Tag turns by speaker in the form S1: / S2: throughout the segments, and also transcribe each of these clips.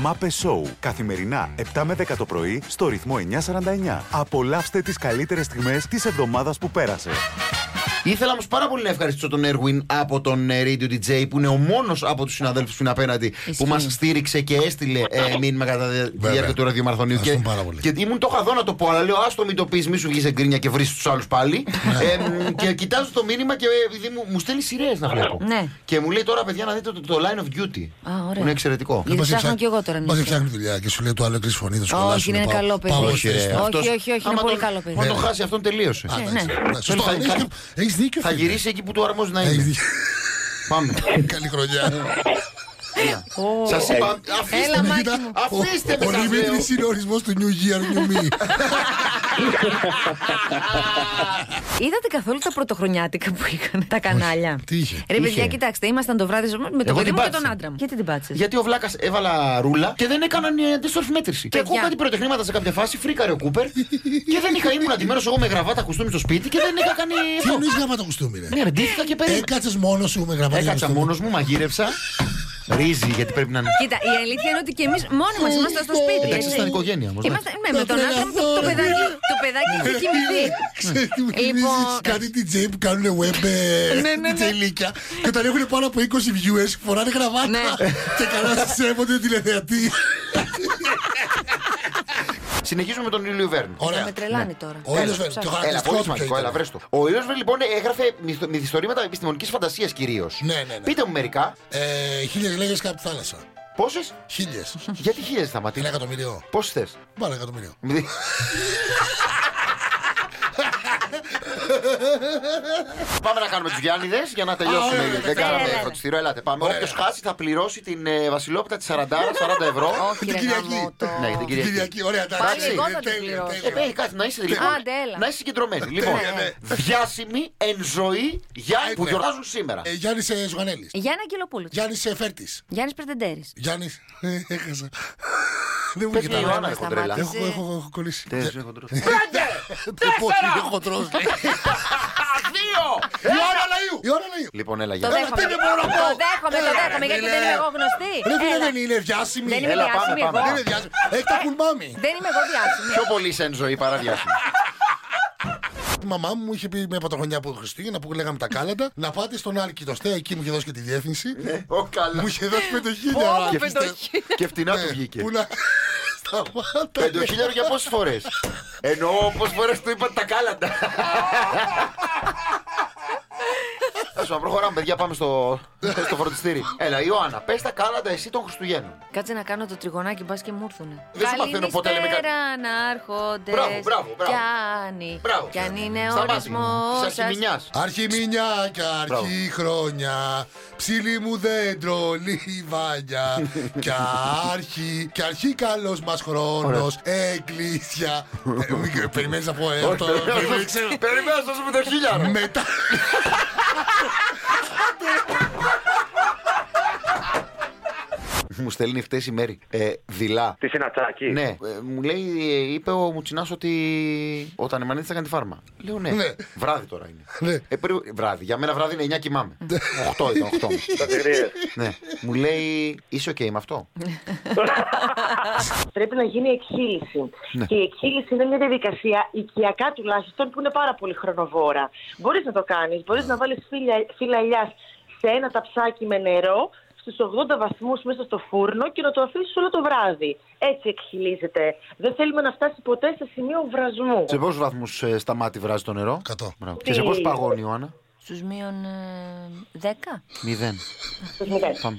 S1: Μάπε Show. Καθημερινά 7 με 10 το πρωί στο ρυθμό 949. Απολαύστε τις καλύτερες στιγμές της εβδομάδας που πέρασε.
S2: Ήθελα όμως πάρα πολύ να ευχαριστήσω τον Erwin από τον ε, Radio DJ που είναι ο μόνος από τους συναδέλφους που είναι απέναντι που μας στήριξε και έστειλε ε, μήνυμα κατά τη διάρκεια του ραδιομαρθωνίου. Και,
S3: Ευχαριστούμε πάρα πολύ.
S2: και ήμουν το είχα δω να το πω, αλλά λέω α το μην το πεις, μη σου βγεις σε γκρίνια και βρεις τους άλλους πάλι.
S3: Ναι.
S2: ε, μ, και κοιτάζω το μήνυμα και ε, επειδή μου, μου στέλνει σειρές να βλέπω.
S4: Ναι.
S2: Και μου λέει τώρα παιδιά να δείτε το, το Line of Duty.
S4: Α, ωραία. Ε,
S2: που είναι εξαιρετικό.
S4: Γιατί ψάχνω κι εγώ τώρα,
S3: Μα
S4: νύχτα.
S3: ψάχνει δουλειά και σου λέει το άλλο εκρήσει φωνή, θα σχολάσουν.
S4: Όχι, είναι
S3: πάω-
S4: καλό παιδί.
S3: πάω
S4: Όχι,
S3: στο
S4: ρε.
S3: Instagram.
S4: Όχι, όχι, όχι, είναι
S2: Ε, Άμα
S4: πολύ
S2: το-
S4: καλό παιδί.
S3: Ναι.
S2: Άμα το χάσει αυτόν τελείωσε.
S3: Α,
S4: Ναι,
S3: εντάξει.
S4: ναι.
S3: Εντάξει, Σωστό.
S2: Τον είχα-
S3: Έχει δίκιο.
S2: Θα
S3: φίλε.
S2: γυρίσει εκεί που του αρμόζει να
S3: Έχεις
S2: είναι.
S3: δίκιο. Ναι,
S2: Πάμε.
S3: Καλή χρονιά.
S2: Σας είπα, αφήστε
S4: Έλα,
S2: με.
S4: Μάκη
S3: Κοίτα,
S4: μου.
S3: ναι, ο-
S2: Αφήστε με,
S3: Ο
S2: σας
S3: Δημήτρης είναι ο ορισμός του New Year, New Me.
S4: Είδατε καθόλου τα πρωτοχρονιάτικα που είχαν τα κανάλια.
S3: τι είχε?
S4: Ρε παιδιά,
S2: Είχε.
S4: κοιτάξτε, ήμασταν το βράδυ με τον
S2: Εγώ την
S4: παιδί μου και
S2: πάτησα.
S4: τον άντρα μου. Γιατί την πάτησες.
S2: Γιατί ο Βλάκας έβαλα ρούλα και δεν έκαναν ε, αντίστροφη μέτρηση. Και
S4: Παιδιά.
S2: εγώ κάτι πρωτεχνήματα σε κάποια φάση, φρίκαρε ο Κούπερ και δεν είχα ήμουν αντιμένος εγώ με γραβάτα κουστούμι στο σπίτι και δεν είχα κάνει.
S3: Τι εννοείς γάμα το κουστούμι, ρε.
S2: Ναι, αρντήθηκα και περίμενα.
S3: Έκατσες μόνος σου με γραμμάτια
S2: Έκατσα
S3: κουστούμι.
S2: μόνο μου, μαγείρεψα. Ρύζι, γιατί πρέπει να είναι.
S4: Κοίτα, η αλήθεια είναι ότι και εμείς μόνοι μας ήμασταν στο σπίτι.
S2: Εντάξει,
S4: έτσι.
S2: ήταν οικογένεια όμως, ναι.
S4: Ήμασταν- ναι, με
S3: Θα
S4: τον άντρα μου το, το
S3: τρελαθώ, ρε.
S4: παιδάκι, το παιδάκι είχε κοιμηθεί.
S3: Ε, Ξέρεις τι μου
S4: Λοιπόν.
S3: θυμίζεις Κάτι DJ που κάνουν web ε,
S4: Ναι, ναι, ναι.
S3: DJ λύκια Και όταν έχουν πάνω από 20 viewers φοράνε
S4: Ναι.
S3: γραβάτα Και καλά σέβονται τον τηλεθεατή
S2: Συνεχίζουμε με τον Ήλιο Βέρν.
S3: Ωραία
S4: με τρελάνει τώρα.
S3: Ο Ήλιος
S4: Έλα,
S3: Βέρν,
S4: ψάχνω.
S3: το
S2: Έλα,
S3: χαρακτηριστικό
S2: πολύ
S3: του ποιο
S2: σημαντικό, έλα,
S3: ήταν.
S2: βρέστο. Ο Ήλιο Βέρν λοιπόν έγραφε μυθο- μυθιστορήματα επιστημονικής φαντασίας κυρίως.
S3: Ναι, ναι, ναι.
S2: Πείτε μου μερικά.
S3: Ε, Χίλιες λέγες κάτω από τη θάλασσα
S2: Πόσες,
S3: Χίλιες
S2: γιατί χίλιες θα
S3: Ένα
S2: ματίνα.
S3: εκατομμυριό
S2: Πόσες θες.
S3: Πάρα εκατομμυριό
S2: Πάμε να κάνουμε του Γιάννηδες για να
S3: Α, ωραία,
S2: τελειώσουμε.
S3: ωραία,
S2: Δεν κάναμε
S4: ωραία.
S2: φροντιστήριο, ελάτε. Πάμε.
S3: Ωραία.
S2: Όποιος χάσει θα πληρώσει την ε, βασιλόπιτα τη 40, 40 ευρώ.
S4: Όχι, ρε
S3: Την Κυριακή.
S4: γαμώ το.
S2: Ναι, την
S3: Την
S2: Κυριακή.
S3: Κυριακή, ωραία εντάξει
S2: εγώ
S4: θα
S3: είναι
S4: την
S3: τέλεια,
S4: πληρώσω.
S2: Ε,
S3: τέλεια.
S2: ε, κάτι να είσαι λοιπόν.
S4: Άντε, έλα.
S2: Να είσαι συγκεντρωμένη. Λοιπόν,
S3: Τέλεια, ναι.
S2: διάσημη εν ζωή Γιάννη που
S3: Έπρεπε.
S2: γιορτάζουν σήμερα.
S3: Ε, Γιάννης ε, Ζουγανέλης
S4: Γιάννα Κυλοπούλου.
S3: Γιάννης ε, Φέρτης
S4: Γιάννης Περτεντέρη.
S3: Γιάννης, ε, έχασα. Δεν μου
S2: Πες μια
S3: κοιτάει.
S2: Ιωάννα,
S4: με
S2: έχω τρέλα.
S4: σταμάτησε.
S3: Έχω, έχω, έχω κολλήσει.
S2: Τέσσερα,
S3: Δεν-
S2: έχω τρώσει.
S3: δεν πω ότι είναι χοντρός.
S2: Δύο!
S3: Ιωάννα Λαΐου! Ιωάννα Λαΐου!
S2: Ε! Λοιπόν, έλα
S4: Το
S2: Γιάννη.
S4: δέχομαι.
S3: δεν μπορώ να πω.
S4: Το δέχομαι, το
S3: Έλα,
S4: δέχομαι,
S3: ρε,
S4: γιατί
S3: φίλε.
S4: δεν είμαι εγώ γνωστή.
S3: Ρε φίλε
S4: Έλα.
S3: δεν είναι διάσημη.
S4: Δεν είμαι
S2: Έλα, πάμε,
S4: διάσημη
S2: πάμε.
S4: εγώ.
S3: Δεν είναι διάσημη. Έχει τα κουλμάμι.
S4: Δεν είμαι εγώ διάσημη.
S2: Πιο πολύ είσαι εν ζωή παρά διάσημη.
S3: Η μαμά μου είχε πει με πρωτοχρονιά από το Χριστούγεννα που λέγαμε τα κάλαντα να πάτε στον Άλκη το Στέα εκεί μου είχε δώσει και τη διεύθυνση.
S2: Ω, καλά.
S3: Μου είχε δώσει
S4: Πω,
S3: πεντοχίλια.
S4: πεντοχίλια.
S2: Και φτηνά
S3: Ναι.
S2: του βγήκε.
S3: Πού Ε, να. Σταμάτα.
S2: Πεντοχίλιαρο για πόσες φορές. Εννοώ πόσες φορές του είπα τα κάλαντα. Ας πούμε, προχωράμε, παιδιά, πάμε στο, στο φροντιστήρι. Έλα, Ιωάννα, πες τα κάλαντα εσύ των Χριστουγέννων.
S4: Κάτσε να κάνω το τριγωνάκι, μπας και μου έρθουνε.
S2: Δεν σε μαθαίνω πότε λέμε κάτι.
S4: Καληνύστερα να έρχονται.
S2: Μπράβο, μπράβο, μπράβο.
S4: Κι αν, είναι-
S2: Μπράβο.
S4: κι αν είναι
S2: Σταμάτη.
S4: ορισμός.
S2: Της αρχιμηνιάς.
S3: Αρχιμηνιά και αρχή χρόνια. Ψήλη μου δέντρο, λιβάνια. και αρχή, και αρχή καλός μας χρόνος. Εκκλησιά. ε, μην- Περιμένεις να πω ε, το- περιμένεις.
S2: Περιμένω να σου το χίλιαρο.
S3: Μετά.
S2: Μου στέλνει χτες η Μέρη. Ε, δειλά.
S5: Τι συνατσάκι.
S2: Ναι, ε, μου λέει, ε, είπε ο Μουτσινάς ότι όταν η Μανίτη θα κάνει τη φάρμα. Λέω ναι.
S3: Ναι.
S2: Βράδυ τώρα είναι.
S3: Ναι.
S2: Ε, περίπου- βράδυ. Για μένα βράδυ είναι 9 κοιμάμαι. 8 ήταν, 8.
S5: Τα τυρίες.
S2: ναι. Μου λέει, είσαι οκ με αυτό.
S6: Πρέπει να γίνει εξήλυση.
S2: Ναι.
S6: Και η εξήλυση είναι μια διαδικασία, οικιακά τουλάχιστον, που είναι πάρα πολύ χρονοβόρα. Μπορείς να το κάνεις. Μπορείς να βάλεις φύλλα ελιά σε ένα ταψάκι με νερό, στους 80 βαθμούς μέσα στο φούρνο και να το αφήσεις όλο το βράδυ. Έτσι εξηλίζεται. Δεν θέλουμε να φτάσει ποτέ σε σημείο βρασμού.
S2: Σε πόσους βαθμούς ε, στα μάτια βράζει το νερό.
S3: Κατώ.
S2: Μπράβο. Και σε πόσους παγώνει, Ιωάννα.
S4: Στους μείον ε, 10.
S2: Μηδέν.
S6: Στους μηδέν.
S2: Πάμε.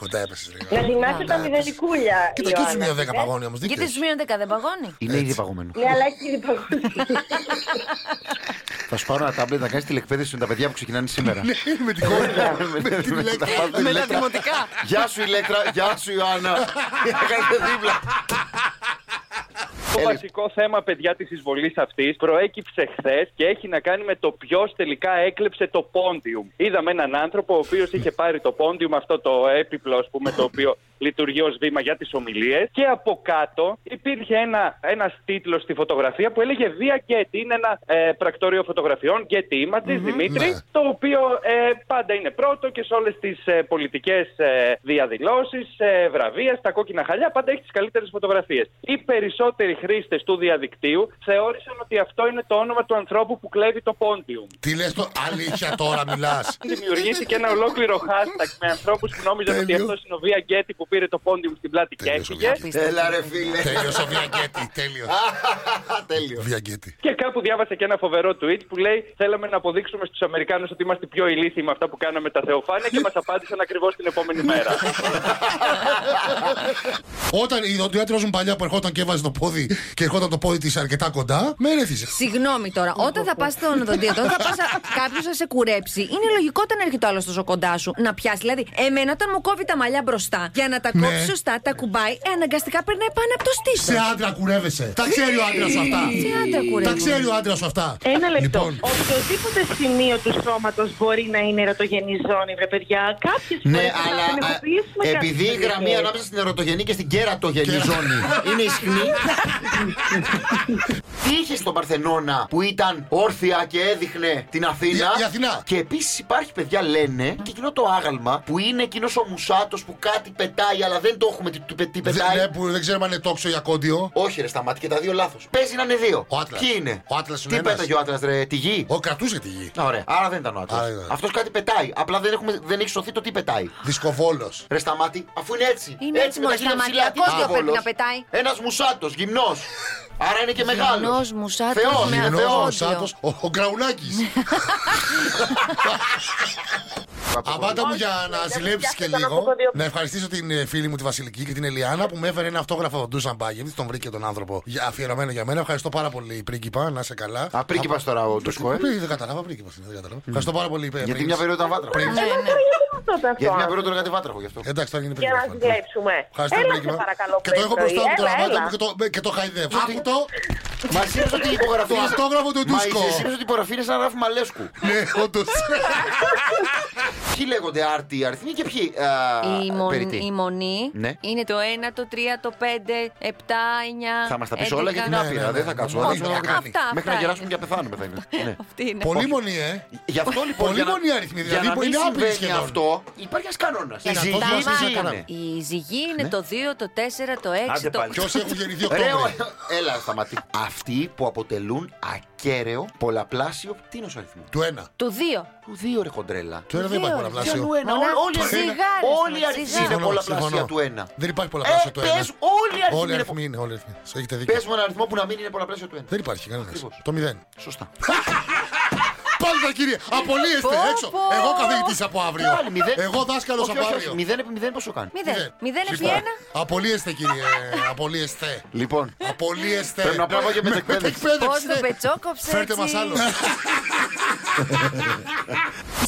S3: Κοντά έπεσες λίγο.
S6: Να θυμάσαι τα μηδενικούλια.
S3: Κοίτα, και του
S6: Ιωάννα,
S3: μία δέκα
S6: ε.
S3: παγώνει όμως.
S4: Γιατί στους μείον 10 δεν παγώνει.
S2: Είναι ήδη παγωμένο.
S6: Ναι, αλλά έχει ήδη παγώσει.
S2: Θα σου πάρω ένα τάμπλετ να κάνεις τηλεκπαίδευση με τα παιδιά που ξεκινάνε σήμερα.
S4: Ναι.
S3: Με την κόρη.
S2: Με την ηλέκτρα.
S4: Με τα δημοτικά.
S2: Γεια σου ηλέκτρα, γεια σου Ιωάννα. Έχασε δίπλα.
S7: Το
S2: Έλα.
S7: βασικό θέμα, παιδιά, της εισβολής αυτής προέκυψε χθες και έχει να κάνει με το ποιος τελικά έκλεψε το πόντιουμ. Είδαμε έναν άνθρωπο ο οποίος είχε πάρει το πόντιουμ, αυτό το έπιπλο, ας πούμε, το οποίο λειτουργεί ως βήμα για τις ομιλίες. Και από κάτω υπήρχε ένα ένας τίτλος στη φωτογραφία που έλεγε Via Getty. Είναι ένα ε, πρακτορείο φωτογραφιών, Getty Images, Δημήτρη,
S3: Ναι.
S7: το οποίο ε, πάντα είναι πρώτο και σε όλες τις ε, πολιτικές ε, διαδηλώσεις, ε, βραβεία, τα κόκκινα χαλιά, πάντα έχει τις καλύτερες φωτογραφίες. Οι περισσότεροι χρήστες του διαδικτύου θεώρησαν ότι αυτό είναι το όνομα του ανθρώπου που κλέβει το πόντιουμ.
S3: Τι λες το αλήθεια τώρα μιλάς.
S7: Δημιουργήθηκε ένα ολόκληρο hashtag με ανθρώπους που νόμιζαν ότι
S3: Τέλειο.
S7: αυτός είναι ο Βία Γκέτη που πήρε το πόντιουμ στην πλάτη και
S3: Τέλειος ο
S7: έφυγε.
S3: Βιαγκέτης.
S2: Έλα ρε φίλε.
S3: Τέλειος ο Βιαγκέτη, τέλειος.
S2: Τέλειος.
S3: Βιαγκέτη.
S7: Και κάπου διάβασα και ένα φοβερό tweet που λέει: Θέλαμε να αποδείξουμε στους Αμερικάνους ότι είμαστε πιο ηλίθιοι με αυτά που κάναμε τα Θεοφάνεια και μας απάντησαν ακριβώς την επόμενη μέρα.
S3: Όταν η οδοντιάτρια μου παλιά που ερχόταν και έβαζε το πόδι και ερχόταν το πόδι της αρκετά κοντά, με έρεθιζε.
S4: Συγγνώμη τώρα, όταν θα πας στον οδοντίατρο, όταν θα πας κάποιο να σε κουρέψει, είναι λογικό όταν έρχεται ο άλλος τόσο κοντά σου να πιάσει. Δηλαδή, εμένα όταν μου κόβει τα μαλλιά μπροστά, για να τα
S3: Ναι.
S4: κόψει σωστά, τα κουμπάει, ε, αναγκαστικά περνάει πάνω από το στήθος.
S3: Σε άντρα κουρεύεσαι. Τα ξέρει ο άντρας σου αυτά.
S4: Σε άντρα
S3: Τα
S4: κουρεύομαι.
S3: ξέρει ο άντρας σου αυτά.
S6: Ένα λεπτό.
S3: Λοιπόν,
S6: Οποιοδήποτε σημείο του σώματος μπορεί να είναι ερωτογενή ζώνη, βρε παιδιά. Κάποιες φορέ
S2: Ναι, αλλά α, επειδή η
S3: Ε.
S2: γραμμή ανάμεσα στην ερωτογενή και στην κερατογενή ζώνη είναι ισχνή. Είχε στον Παρθενώνα που ήταν όρθια και έδειχνε την Αθήνα.
S3: Η- η Αθηνά.
S2: Και επίσης υπάρχει, παιδιά, λένε και εκείνο το άγαλμα που είναι εκείνος ο μουσάτος που κάτι πετάει, αλλά δεν το έχουμε τι, τι- τι
S3: δεν,
S2: πετάει.
S3: ναι, που δεν ξέρουμε αν είναι τόξο ή ακόντιο.
S2: Όχι, ρε, σταμάτη και τα δύο λάθος. Παίζει να είναι δύο.
S3: Ο Άτλας.
S2: Ποιοι είναι.
S3: Ο Άτλας είναι
S2: Τι
S3: ένας.
S2: πέταγε ο Άτλας, ρε, τη γη.
S3: Ο κρατούσε τη γη.
S2: Α, Ωραία, άρα δεν ήταν ο Άτλας.
S3: Άρα ήταν.
S2: Αυτός κάτι πετάει. Απλά δεν, έχουμε, δεν έχει σωθεί το τι πετάει.
S3: Δισκοβόλος.
S2: Ρε σταμάτη, αφού είναι έτσι.
S4: Είναι
S2: έτσι
S4: έτσι, μωρέ, σταμάτη. Ακόμη το πρέπει να πετάει.
S2: Ένας μουσάτος, γυμνός. Άρα είναι και μεγάλο.
S4: Γυμνός, μουσάτος,
S2: Θεός.
S4: με
S6: ναι,
S2: Γυμνός.
S3: Ενώ ο
S4: Όντιο.
S3: Σάντο, ο, ο Γκραουνάκη. Απάντα μου για να ζηλέψει και
S6: πιάσετε τον
S3: λίγο.
S6: από το δύο.
S3: Να ευχαριστήσω την ε, φίλη μου τη Βασιλική και την Ελιάνα που μου έφερε ένα αυτόγραφο τον Τούσαν Μπάγκεμ. Τον βρήκε τον άνθρωπο για- αφιερωμένο για μένα. Ευχαριστώ πάρα πολύ, πρίγκιπα. Να είσαι καλά.
S2: Α, πρίγκιπας τώρα ο Τούσκο, ε.
S3: Πρι- Δεν κατάλαβα, πρίγκιπας. είναι, Δεν κατάλαβα. Ευχαριστώ πάρα πολύ. ε,
S2: Γιατί
S3: πρίγκιπας.
S2: μια περίοδο ήταν βάτραχο.
S4: Ε,
S6: Ε,
S4: Ναι,
S2: Γιατί μια περίοδο ήταν κάτι βάτραχο γι' αυτό.
S3: Εντάξει, τώρα είναι
S6: Για
S3: πρίγκιπα.
S6: να ζηλέψουμε.
S3: Ευχαριστώ,
S6: Έλα, σε
S3: πρίγκιπα.
S6: παρακαλώ.
S3: Και το έχω
S6: πρωί-πρωί.
S3: μπροστά μου το
S6: Έλα,
S3: ραβάτι
S6: έλα.
S3: μου και το- και το χαϊδεύω. Άκου το.
S2: Μα είπε ότι η υπογραφή.
S3: Το αυτόγραφο του
S2: Μα
S3: Τούσκο.
S2: εσύ είπες ότι η υπογραφή είναι σαν να γράφουμε Αλέσκου.
S3: Ναι, όντως.
S2: Ποιοι λέγονται άρτιοι αριθμοί και ποιοι. ε, α,
S4: Η, μον-
S2: περί τι.
S4: η μονή
S2: Ναι.
S4: είναι το 1, το 3, το 5, 7, 9.
S2: Θα μας τα πεις όλα για την
S3: Ναι, ναι,
S2: άπειρα.
S3: ναι.
S2: Δεν θα κάτσουμε.
S3: Όχι,
S2: θα κάτσουμε να
S3: αυτά,
S2: κάνουμε.
S4: αυτά
S2: Μέχρι να
S4: είναι.
S2: γεράσουμε και να πεθάνουμε θα είναι. Ναι.
S4: Αυτή είναι.
S3: Πολύ μονή, ε.
S2: Γι' αυτό λοιπόν.
S3: Πολύ
S2: για να-
S3: μονή αριθμοί,
S2: για
S3: δηλαδή,
S2: να
S3: που
S2: μην
S3: είναι άπειροι
S2: συμβαίνει
S3: σχεδόν.
S2: αυτό, υπάρχει ένα κανόνα.
S3: Είναι αυτό που μας
S4: Σταμάτα.
S3: έκανε.
S4: Η ζυγή
S2: Ναι.
S4: είναι το 2, το 4, το 6,
S7: Άντε
S4: το
S7: πάλι.
S3: Ποιο έχουν γεννηθεί
S2: Ρε,
S3: Οκτώβρη.
S2: ο- έλα, σταματή. Αυτοί που αποτελούν ακέραιο πολλαπλάσιο τίνο αριθμού.
S3: Του ένα.
S4: Του 2.
S2: Του δύο ρε χοντρέλα.
S3: Του ένα δεν
S4: Δύο,
S3: υπάρχει
S4: ρε.
S3: πολλαπλάσιο.
S2: Του ένα.
S4: Μονάχα
S2: Όλοι όλοι-
S4: σιγά, ρε,
S2: όλοι οι
S4: σιγά.
S2: αριθμοί είναι
S4: Συμφωνώ,
S2: πολλαπλάσια του ένα.
S3: Δεν υπάρχει
S2: Ε,
S3: πολλαπλάσιο του ένα.
S2: πες όλοι οι
S3: Όλοι
S2: αριθμοί
S3: οι
S2: είναι.
S3: αριθμοί είναι, όλοι οι αριθμοί. Σε έχετε δίκιο.
S2: Πες μου ένα αριθμό που να μην είναι πολλαπλάσιο του ένα.
S3: Δεν υπάρχει κανένας.
S2: Ακριβώς.
S3: Το μηδέν.
S2: Σωστά.
S3: Πάντα κύριε, απολύεστε
S4: Πω,
S3: έξω.
S4: πω.
S3: Εγώ καθηγητής από αύριο.
S2: Πάλι μηδέν.
S3: Εγώ δάσκαλος
S2: Όχι,
S3: από
S2: όχι, όχι.
S3: αύριο.
S2: Μηδέν επί μηδέν πόσο κάνει.
S4: 0. 0 επί 1.
S2: Σωστά.
S3: Απολύεστε κύριε, απολύεστε.
S2: Λοιπόν,
S3: Απολύεστε.
S2: Πρέπει να πάω και
S3: Με-
S2: μετεκπαίδευση.
S4: Πώ
S3: μετεκπαίδευση,
S4: το
S3: ναι.
S4: πετσόκοψε.
S3: Φέρτε
S4: έτσι.
S3: μα άλλο.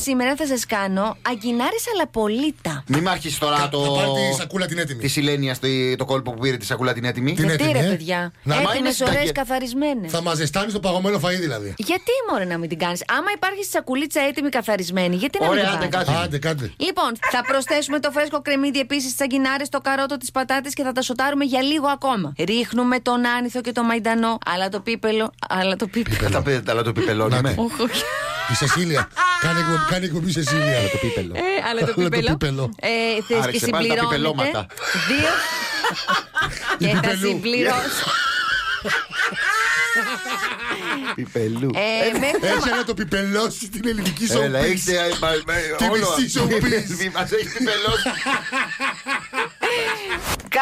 S4: Σήμερα θα σας κάνω αγκινάρες αλλά πολύτα.
S2: μην μ' αρχίσει τώρα
S3: Θα
S2: το.
S3: πάρει τη σακούλα την έτοιμη.
S2: Της Σιλένια στη- το κόλπο που πήρε τη σακούλα την έτοιμη.
S3: Την
S4: Γιατί
S3: έτοιμη,
S4: ρε
S3: ε?
S4: παιδιά.
S3: Να- μα
S4: Έτοιμε
S2: είναι
S4: ωραίες
S2: συνταγέ.
S4: καθαρισμένες.
S3: Θα μα ζεστάνει το παγωμένο φαΐ δηλαδή.
S4: Γιατί μωρέ να μην την κάνεις. Άμα υπάρχει στη σακουλίτσα έτοιμη καθαρισμένη, γιατί να
S2: Ωραία,
S4: μην
S2: άντε
S4: την
S2: κάτι.
S4: πάρεις.
S3: Άντε, κάντε.
S4: Λοιπόν, θα προσθέσουμε το φρέσκο κρεμμύδι επίσης στις αγκινάρες, το καρότο, τις πατάτες και θα τα σοτάρουμε για λίγο ακόμα. Ρίχνουμε τον άνηθο και το μαϊντανό, αλλά το πίπελο. Αλλά το πίπελο.
S2: Τα πέντε αλλά το
S3: Να
S2: επιπελώνουμε.
S3: το.
S4: Όχι, όχι.
S3: Η Σεσίλια. Κάνει εκπομπή- Κάνει εκπομπή η Σεσίλια.
S2: Το πίπελο.
S4: Ε, αλλά το
S3: Αλλά το
S4: πίπελο.
S3: πίπελο.
S4: Ε, θες και
S2: Άρεξε πάλι τα
S4: συμπληρώνετε
S2: πιπελώματα.
S4: Δύο. και θα
S3: πιπελού.
S4: συμπληρώσω.
S2: Πιπελού.
S4: ε, μέχρι
S3: Έχει να το πιπελώσει την ελληνική σου.
S2: Έλα, έχετε ε, μα- με-
S3: Τη
S2: όλο
S3: μισή
S2: αυτό.
S3: showbiz.
S2: Μας έχεις πελώσει.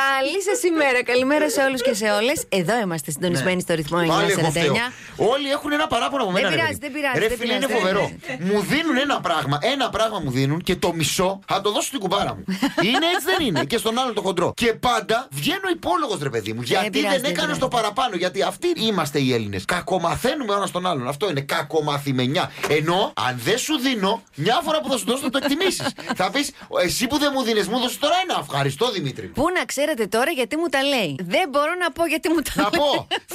S4: Καλή σας ημέρα. Καλημέρα σε όλους και σε όλες. Εδώ είμαστε συντονισμένοι στο ρυθμό 949.
S2: Ναι. Πάλι εγώ φταίω. Όλοι έχουν ένα παράπονο από μένα.
S4: Δεν
S2: ρε
S4: πειράζει,
S2: παιδί.
S4: δεν πειράζει,
S2: Ρε
S4: δεν
S2: φίλε, είναι
S4: πειράζει, ναι,
S2: φοβερό.
S4: δεν
S2: Μου δίνουν ένα πράγμα. Ένα πράγμα μου δίνουν και το μισό θα το δώσω στην κουμπάρα μου. είναι έτσι, δεν είναι. Και στον άλλο το χοντρό. Και πάντα βγαίνω υπόλογος, ρε παιδί μου. Γιατί
S4: Ε, πειράζει,
S2: δεν
S4: δεν
S2: έκανε
S4: πειράζει.
S2: το παραπάνω. Γιατί αυτοί είμαστε οι Έλληνες. Κακομαθαίνουμε ένας τον άλλον. Αυτό είναι κακομαθημενιά. Ενώ αν δεν σου δίνω, μια φορά που θα σου δώσω θα το εκτιμήσεις. θα πεις, εσύ που δεν μου δίνεις, μου δώσει τώρα ένα. Ευχαριστώ Δημήτρη.
S4: Πού να ξέρετε τώρα γιατί μου τα λέει. Δεν μπορώ να πω γιατί μου τα
S2: Να
S4: λέει.
S2: πω,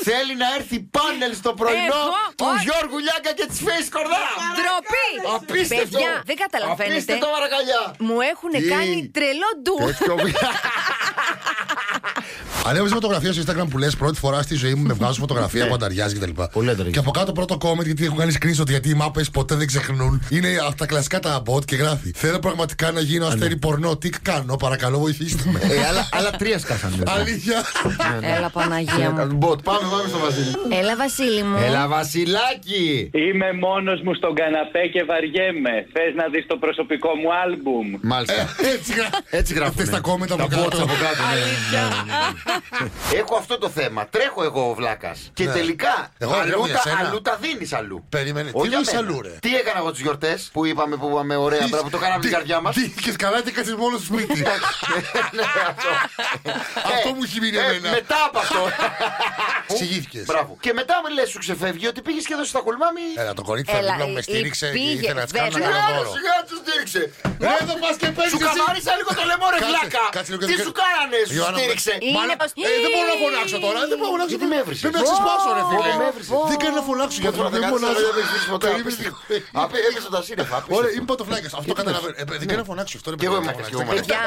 S2: θέλει να έρθει πάνελ στο πρωινό
S4: Εγώ,
S2: του
S4: όχι.
S2: Γιώργου Λιάγκα και της Φέης Κορδά.
S4: Ντροπή!
S2: Απίστευτο!
S4: Παιδιά, δεν καταλαβαίνετε.
S2: Απίστευτο, μαραγκαλιά!
S4: Μου έχουν
S2: Τι-
S4: κάνει τρελό ντου.
S2: Τέτοιο...
S3: Ανέβαζε φωτογραφία στο Instagram που λες πρώτη φορά στη ζωή μου με βγάζω φωτογραφία
S2: Ναι.
S3: που ανταριάζει κτλ.
S2: Πολύ ανταριάζει.
S3: Και από κάτω πρώτο comment γιατί έχουν κάνει screenshot γιατί οι μάπες ποτέ δεν ξεχνούν. Είναι αυτά τα κλασικά τα bot και γράφει. Θέλω πραγματικά να γίνω αστέρι πορνό. Τι κάνω, παρακαλώ, βοηθήστε με.
S2: ναι. ε, ναι. άλλα, άλλα τρία σκάσανε.
S3: Αλήθεια.
S4: Έλα, Παναγία μου.
S2: Μποτ, πάμε, πάμε στο Βασίλη.
S4: Έλα, Βασίλη μου.
S2: Έλα, Βασιλάκι!
S7: Είμαι μόνος μου στον καναπέ και βαριέμαι. Θες να δεις το προσωπικό μου άλμπουμ.
S2: Μάλιστα.
S3: Έτσι γράφει.
S2: Έτσι γράφουμε.
S3: Αυτές τα comment από
S2: bots
S3: κάτω.
S2: από κάτω, ναι, ναι, ναι, ναι. Έχω αυτό το θέμα. Τρέχω εγώ ο βλάκας. Και
S3: Ναι.
S2: τελικά
S3: Εγώ λέω
S2: αλλού,
S3: για
S2: τα,
S3: σένα.
S2: αλλού τα δίνεις αλλού.
S3: Περίμενε.
S2: Όχι
S3: Τι
S2: για
S3: δίνεις
S2: μένα.
S3: αλλού, ρε?
S2: Τι έκανα εγώ τις γιορτές που είπαμε που είπαμε ωραία
S3: Τι-
S2: πράγματα που το κάναμε την
S3: τι-
S2: καρδιά μας.
S3: Τι και καλά και κάτσε μόνος στο σπίτι.
S2: Ναι,
S3: Αυτό μου έχει μείνει εμένα.
S2: Ε, Μετά από αυτό.
S3: Εξηγήθηκες.
S2: Μπράβο. Και μετά με λες, σου ξεφεύγει ότι πήγες και εδώ στα κουλμάμι.
S3: Έλα, το κορίτσι θα
S4: Έλα,
S3: δίπλα μου με
S2: ε,
S4: η-
S3: στήριξε και
S4: πήγε,
S3: ήθελα να της κάνω ένα
S4: βέβαια.
S3: καλό
S2: Σιγά,
S3: δώρο.
S2: σιγά, του στήριξε.
S3: Ρε, εδώ πας και παίζεις
S2: Σου
S3: εσύ.
S2: καμάρισα λίγο το λαιμό, ρε
S3: Κάτσε,
S2: βλάκα.
S3: κάτσε λίγο,
S2: Τι
S3: κάτσε.
S2: σου κάνανε, σου
S3: Ιωάννα,
S2: στήριξε.
S4: Είναι
S3: Μάλα-
S4: πως-
S3: Ε, δεν μπορώ να φωνάξω τώρα. Δεν μπορώ να φωνάξω.
S2: Γιατί με έβρισες.
S3: Πρέπει να ξεσπάσω, ρε
S2: Ω, με έβρισες.
S3: φίλε. Δεν κάνει να φωνάξω γιατί
S2: Ποτέ
S3: δεν
S2: δεν
S3: φωνάζω.
S2: δεν έχεις βρει ποτέ.
S3: Περίμενε.
S2: Απέ- έπεσε τα σύννεφα. απίστευτο.
S3: Ε, Ωραία, είμαι πατοφλάκας. Αυτό καταλαβαίνω. Ε, Δεν κάνει να φωνάξω. Αυτό
S2: Κι εγώ είμαι κι εγώ είμαι.
S4: Παιδιά.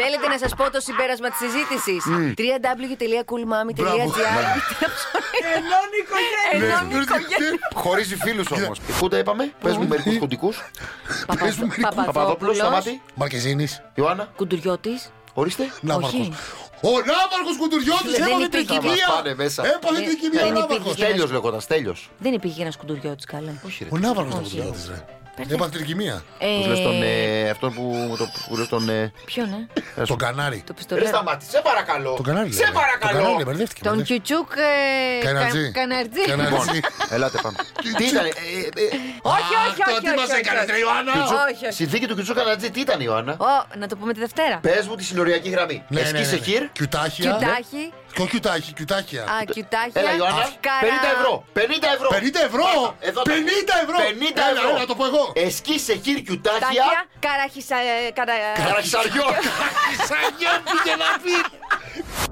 S4: Θέλετε να σας πω το συμπέρασμα της συζήτησης.
S3: Μπράβο.
S4: www.coolmami.gr
S5: Ενώνει οικογένεια.
S4: Ενώνει
S3: Ναι,
S4: οικογένεια.
S2: Χωρίζει φίλους όμω. Πού τα είπαμε, πες μου μερικούς κοντικούς.
S3: Παίζουμε μερικούς.
S2: Παπαδόπουλος, Σταμάτη,
S3: Μαρκεζίνης.
S2: Ιωάννα,
S4: Κουντουριώτης.
S2: ορίστε.
S3: Ναύαρχος. Ο Ναύαρχος Κουντουριώτης
S4: Δεν
S3: έπαθε
S4: υπήρχε
S2: Θα μα
S3: τρικυμία.
S2: πάνε μέσα.
S3: Έπαθε
S4: Δεν-
S2: Ε,
S3: τρικυμία ο
S4: δεν
S3: Ναύαρχος.
S4: υπήρχε.
S2: Στέλιος λέγοντας, τέλειο.
S4: Δεν υπήρχε ένας κουντουριώτης καλά.
S3: Ο Ναύαρχος ήταν ο
S4: Όχι.
S3: Κουντουριώτης, ρε.
S4: Περνάει.
S3: Έπαθε τρικυμία.
S2: Που λες τον. ε, Αυτόν που το- που λες τον. ε,
S4: Ποιον, ε?
S3: Τον Κανάρι.
S4: Το
S2: Ρε
S4: πιστολέρο.
S2: σταμάτη, σε παρακαλώ.
S3: Τον Κανάρι.
S2: Σε
S3: λέμε. Τον Κανάρι,
S2: παρακαλώ.
S3: λέμε, μπερδεύτηκε.
S4: Τον
S3: μπερδεύτηκε.
S4: Κιουτσούκ ε,
S3: Καναρτζή.
S4: Κα- Καναρτζή.
S3: Καναρτζή.
S2: Λοιπόν, ελάτε πάμε. Τι ήταν. ε, ε, ε,
S4: Όχι,
S3: Αχ,
S4: όχι,
S3: το
S4: όχι.
S3: τι μας
S4: όχι, όχι,
S3: έκανες,
S4: όχι.
S3: ρε Ιωάννα.
S4: Όχι, όχι.
S2: Συνθήκη του Κιουτσού Κανατζή, τι ήταν Ιωάννα.
S4: Ω, Να το πούμε τη Δευτέρα.
S2: Πες μου τη συνοριακή γραμμή.
S3: Ναι, ναι, ναι,
S2: Εσκή
S3: ναι.
S2: Σεχίρ.
S3: Κιουτάχια.
S4: Κιουτάκι.
S3: Ποιο κιουτάκι, κιουτάκια.
S4: Α, κιουτάκια.
S2: Έλα Ιωάννα. 50
S4: Καρα-
S2: ευρώ. 50 ευρώ.
S3: 50 ευρώ!
S2: Εδώ
S3: 50
S2: τα-
S3: ευρώ!
S2: 50
S3: Έλα,
S2: ευρώ.
S3: Έλα, το πω εγώ.
S2: Εσκή Σεχίρ Κιουτάχια.
S4: Τάκια. Καραχισα. ε, Καρα.
S2: Καραχισαριό.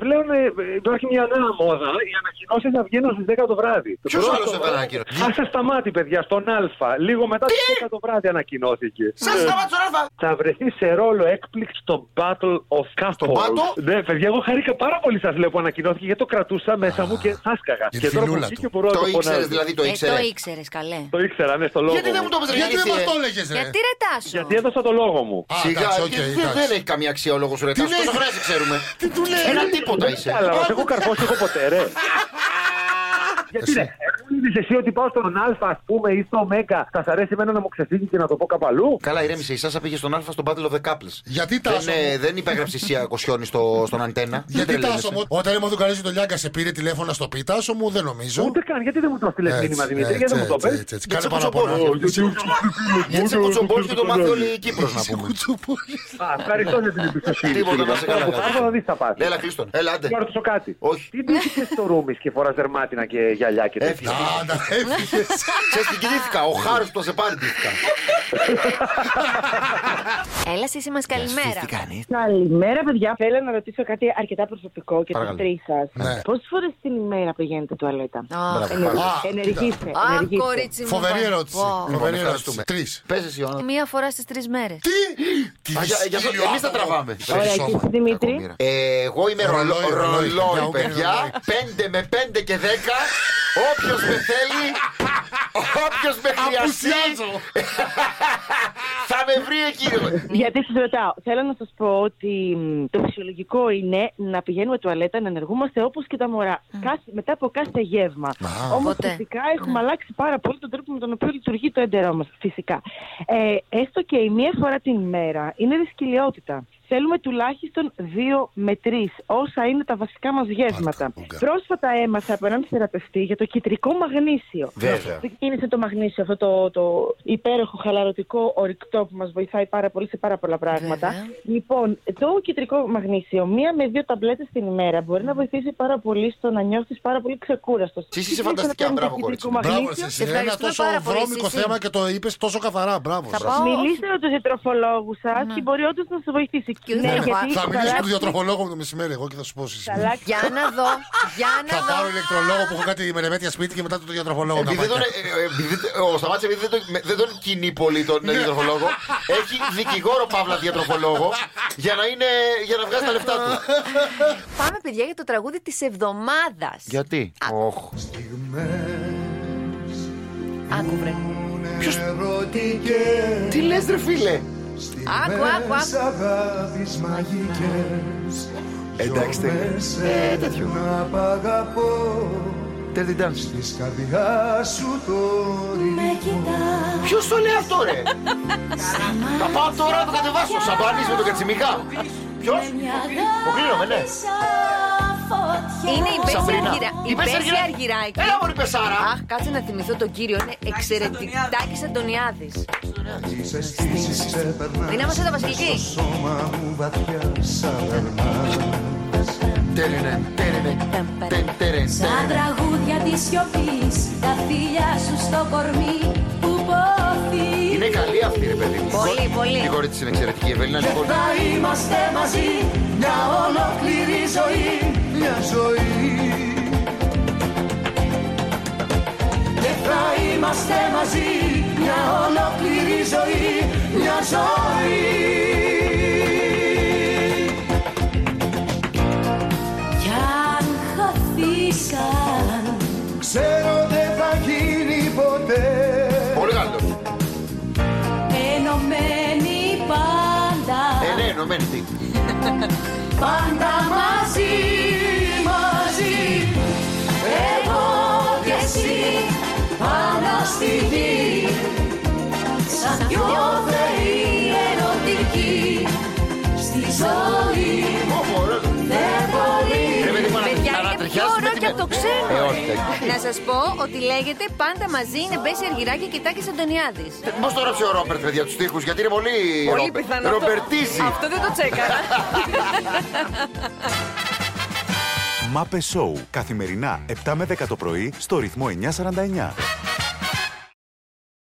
S8: Πλέον ε, ε, υπάρχει μια νέα μόδα. Οι ανακοινώσεις να βγαίνουν στις 10 το βράδυ.
S2: Ποιο άλλο έβγαλε ανακοίνωση.
S8: Ας σε σταμάτη, παιδιά, στον Α. Λίγο μετά τι 10 το βράδυ ανακοινώθηκε.
S2: Σας σταμάτησε ο Ράφα.
S8: Θα βρεθεί σε ρόλο έκπληξη στο Battle of Castle.
S2: πάτο?
S8: Ναι, παιδιά, εγώ χαρήκα πάρα πολύ σας λέω που ανακοινώθηκε γιατί το κρατούσα μέσα μου και θάσκαγα.
S3: τη
S8: Και τώρα που
S3: φιλούλα
S8: βγήκε
S3: του.
S8: μπορώ να
S2: Το
S8: το
S2: ήξερες,
S8: φωνάζω.
S2: δηλαδή το
S4: Ε, το
S2: ήξερες.
S4: ήξερες, καλέ.
S8: Το ήξερα, ναι, στο λόγο.
S2: Γιατί δεν μου
S8: μου.
S2: το
S3: Γιατί δεν μα
S2: πετρελαίσει.
S3: το έλεγες, ρε.
S4: Γιατί ρετάσου.
S8: Γιατί έδωσα το λόγο μου.
S3: Α,
S2: Σιγά,
S3: εντάξει, οκ,
S2: και δεν-
S3: εντάξει.
S2: δεν έχει καμία αξία ο λόγος σου. ρε. Τόσο
S3: λέει?
S2: χρόνια σε ξέρουμε. Τι του λέει. Ένα
S3: Ναι,
S2: τίποτα είσαι.
S8: Αλλά μα έχω καρφώσει εγώ ποτέ, ρε. Γιατί
S3: Εσύ.
S8: ρε, έλεγε εσύ ότι πάω στον Α, ας πούμε, ή στο Μέγκα, θα σ' αρέσει εμένα να μου ξεφύγει και να το πω κάπου αλλού.
S2: Καλά, ηρέμησε. Η Σάσα πήγε στον Α στον Battle of the Couples.
S3: Γιατί
S2: Δεν,
S3: τάσο.
S2: ε,
S3: μου-
S2: δεν υπέγραψε η Σία Κοσιόνη στο, στον αντένα.
S3: Γιατί
S2: Δεν τρελαίνεσαι.
S3: τάσο μου. Όταν είμαι τον Καρέζι τον Λιάγκα σε πήρε τηλέφωνα στο πει, τάσο μου δεν νομίζω.
S8: Ούτε καν, γιατί δεν μου το στείλες μήνυμα Δημήτρη, γιατί δεν μου το πες.
S3: έτσι.
S2: Γιατί
S3: Κάνε
S2: σε
S3: παραπονά.
S2: κουτσοπόλη. Γιατί σε κουτσοπόλη και το μάθει όλη η Κύπρος να πούμε.
S8: Α, ευχαριστώ για την εμπιστοσύνη.
S2: Τίποτα να σε
S8: Τώρα
S2: καλά.
S8: που θα έρθω θα δεις θα πας.
S2: Έλα, κλείστον. Έλα, άντε.
S8: Να ρωτήσω κάτι.
S2: Όχι. Ε,
S8: Τι πήγες στο ρούμις και φοράς δερμάτινα και γυαλιά και τέτοια.
S2: Έφυγε.
S3: Α, να ε, έφυγες.
S2: Ξέρεις την κοιτήθηκα. Ο Χάρος που θα σε πάρει κοιτήθηκα.
S4: Έλα, εσύ μα καλημέρα.
S6: Καλημέρα, παιδιά. Θέλω να ρωτήσω κάτι αρκετά προσωπικό και του
S2: Παρακαλώ.
S6: τρεις σας.
S3: Ναι.
S6: Πόσες φορές την ημέρα πηγαίνετε τουαλέτα,
S4: Α,
S6: Ενεργ-
S3: Α,
S6: Ενεργήστε.
S4: Α,
S6: ενεργήστε.
S4: κορίτσι μου.
S3: Φοβερή
S4: πα-
S3: ερώτηση.
S4: Πω.
S3: Φοβερή ερώτηση.
S2: ευχαριστούμε.
S3: Τρεις.
S2: Πες εσύ, Ιωάννα.
S4: Μία φορά στις τρεις μέρες.
S3: Τι! Τι
S2: Α, για- για αυτό-
S3: σκύλο
S2: εμείς τα
S3: άτομο.
S2: τραβάμε.
S3: Ρε,
S6: Ωραία, και
S3: σώμα.
S6: εσύ Δημήτρη.
S2: Κακομοίρα. Ε, εγώ είμαι ρολό-
S3: Ρολόι, ρολόι,
S2: ρολόι,
S3: παιδιά,
S2: παιδιά.
S3: ρολόι.
S2: 5 με 5 και 10. Όποιος με θέλει, όποιος με χρειαστεί.
S3: Απουσιάζω.
S2: Θα με βρει εκεί.
S6: Γιατί σας ρωτάω, θέλω να σας πω ότι μ, το φυσιολογικό είναι να πηγαίνουμε τουαλέτα, να ενεργούμαστε όπως και τα μωρά. Κάθε- μετά από κάθε γεύμα.
S3: Α.
S6: Όμως
S4: Ποτέ.
S6: φυσικά έχουμε αλλάξει πάρα πολύ τον τρόπο με τον οποίο λειτουργεί το έντερό μας. Φυσικά. Ε, έστω και η μία φορά την ημέρα είναι δυσκολιότητα. Θέλουμε τουλάχιστον 2 με 3, όσα είναι τα βασικά μας γεύματα.
S3: Άλκα, ούγκα.
S6: Πρόσφατα έμαθα από έναν θεραπευτή για το κυτρικό μαγνήσιο.
S2: Βέβαια.
S6: Ξεκίνησε το μαγνήσιο, αυτό το, το υπέροχο χαλαρωτικό ορυκτό που μας βοηθάει πάρα πολύ σε πάρα πολλά πράγματα.
S4: Βέβαια.
S6: Λοιπόν, το κυτρικό μαγνήσιο, μία με δύο ταμπλέτες την ημέρα, μπορεί να βοηθήσει πάρα πολύ στο να νιώθεις πάρα πολύ ξεκούραστος.
S2: Εσύ είσαι φανταστικά, μπράβο, κορίτσι μου.
S3: Μπράβο, ρε, εσύ. Ένα
S4: ευχαριστούμε
S3: τόσο
S4: πάρα πολύ,
S3: βρώμικο
S4: Σισί.
S3: θέμα και το είπες τόσο καθαρά. Μπράβο.
S4: Θα
S3: σας.
S4: πάω-
S6: Μιλήστε με τους διατροφολόγου σας
S4: Ναι.
S6: και μπορεί όντως να σα βοηθήσει. Ναι,
S4: Και δεν έχω-
S3: Θα
S6: θα
S3: μιλήσω με τον
S6: αλλάξει-
S3: διατροφολόγο μου το μεσημέρι, εγώ και θα σου πω εσείς.
S6: θα αλλάξει-
S4: Για να δω. Για να
S3: Θα
S4: δω.
S3: πάρω ηλεκτρολόγο που έχω κάτι με ρεμέτια σπίτι και μετά το διατροφολόγο να
S2: Επειδή
S3: πάει.
S2: τον, ε, ε, επειδή, ο Σταμάτης επειδή δεν τον, με- δεν τον κινεί πολύ τον
S3: Ναι.
S2: διατροφολόγο, έχει δικηγόρο Παύλα διατροφολόγο για να, είναι, για να βγάζει τα λεφτά του.
S4: Πάμε, παιδιά, για το τραγούδι της εβδομάδας.
S2: Γιατί. Οχ.
S4: Άκου, βρε.
S2: Τι λες ρε φίλε.
S4: Άκου, άκου, άκου.
S2: Εντάξει. Ε, τέτοιο. Dirty Dance. Ποιος το λέει αυτό ρε. Θα πάω τώρα να το κατεβάσω. Σαμπάνης με τον Κατσιμίχα. Ποιος. Ο Κλήρομαι, ναι.
S4: Είναι η Πέση
S2: Σαμπρίνα.
S4: Αργυρά. Η
S2: Η Πέση
S4: Πέση
S2: Αργυρά-
S4: Αργυράκη.
S2: Έλα μωρή πεσάρα.
S4: Αχ, κάτσε να θυμηθώ τον κύριο. Είναι εξαιρετικά. Τάκη Αντωνιάδη. Δυνάμωσε τα βασιλική.
S2: Τέρενε, τέρενε, τέρενε, τέρενε.
S9: τραγούδια της σιωπής, τα φίλια σου στο κορμί που πόθη.
S2: Είναι καλή αυτή ρε παιδί μου.
S4: Πολύ,
S2: Η κο-
S4: πολύ.
S2: Η κορίτσι είναι εξαιρετική. Η Ευελίνα λοιπόν.
S9: είμαστε μαζί μια ολόκληρη ζωή. Μια ζωή. Και θα είμαστε μαζί μια ολόκληρη ζωή. Μια ζωή. Κι αν χαθήκαν
S2: Πολύ καλό.
S9: ενωμένοι πάντα.
S2: Ε, ναι, ενωμένη τι.
S9: Πάντα μαζί, μαζί Εγώ και εσύ Πάνω στη γη Σαν δυο θεοί ερωτικοί Στη ζωή
S2: Ω, ωραίο.
S9: δεν μπορεί
S2: Ρε Ε, παιδί μου,
S4: Παιδιά,
S2: ανα-
S4: είναι πιο
S2: ανατριχιάζεις με
S4: ωραίο
S2: την-
S4: και από το ξένο.
S2: Ε, όχι. εντάξει.
S4: Να σας πω ότι λέγεται πάντα μαζί είναι Μπέση Αργυράκη και Τάκης Αντωνιάδης.
S2: Ε, Πώς το έγραψε ο Ρόπερτ, παιδιά, τους στίχους, γιατί είναι πολύ...
S5: Πολύ
S2: Ρόπερ-
S5: πιθανό. αυτό.
S2: Ροπερτίζει.
S5: Αυτό δεν το τσέκαρα.
S1: Μάπε Σόου. Καθημερινά 7 με 10 το πρωί στο ρυθμό 949.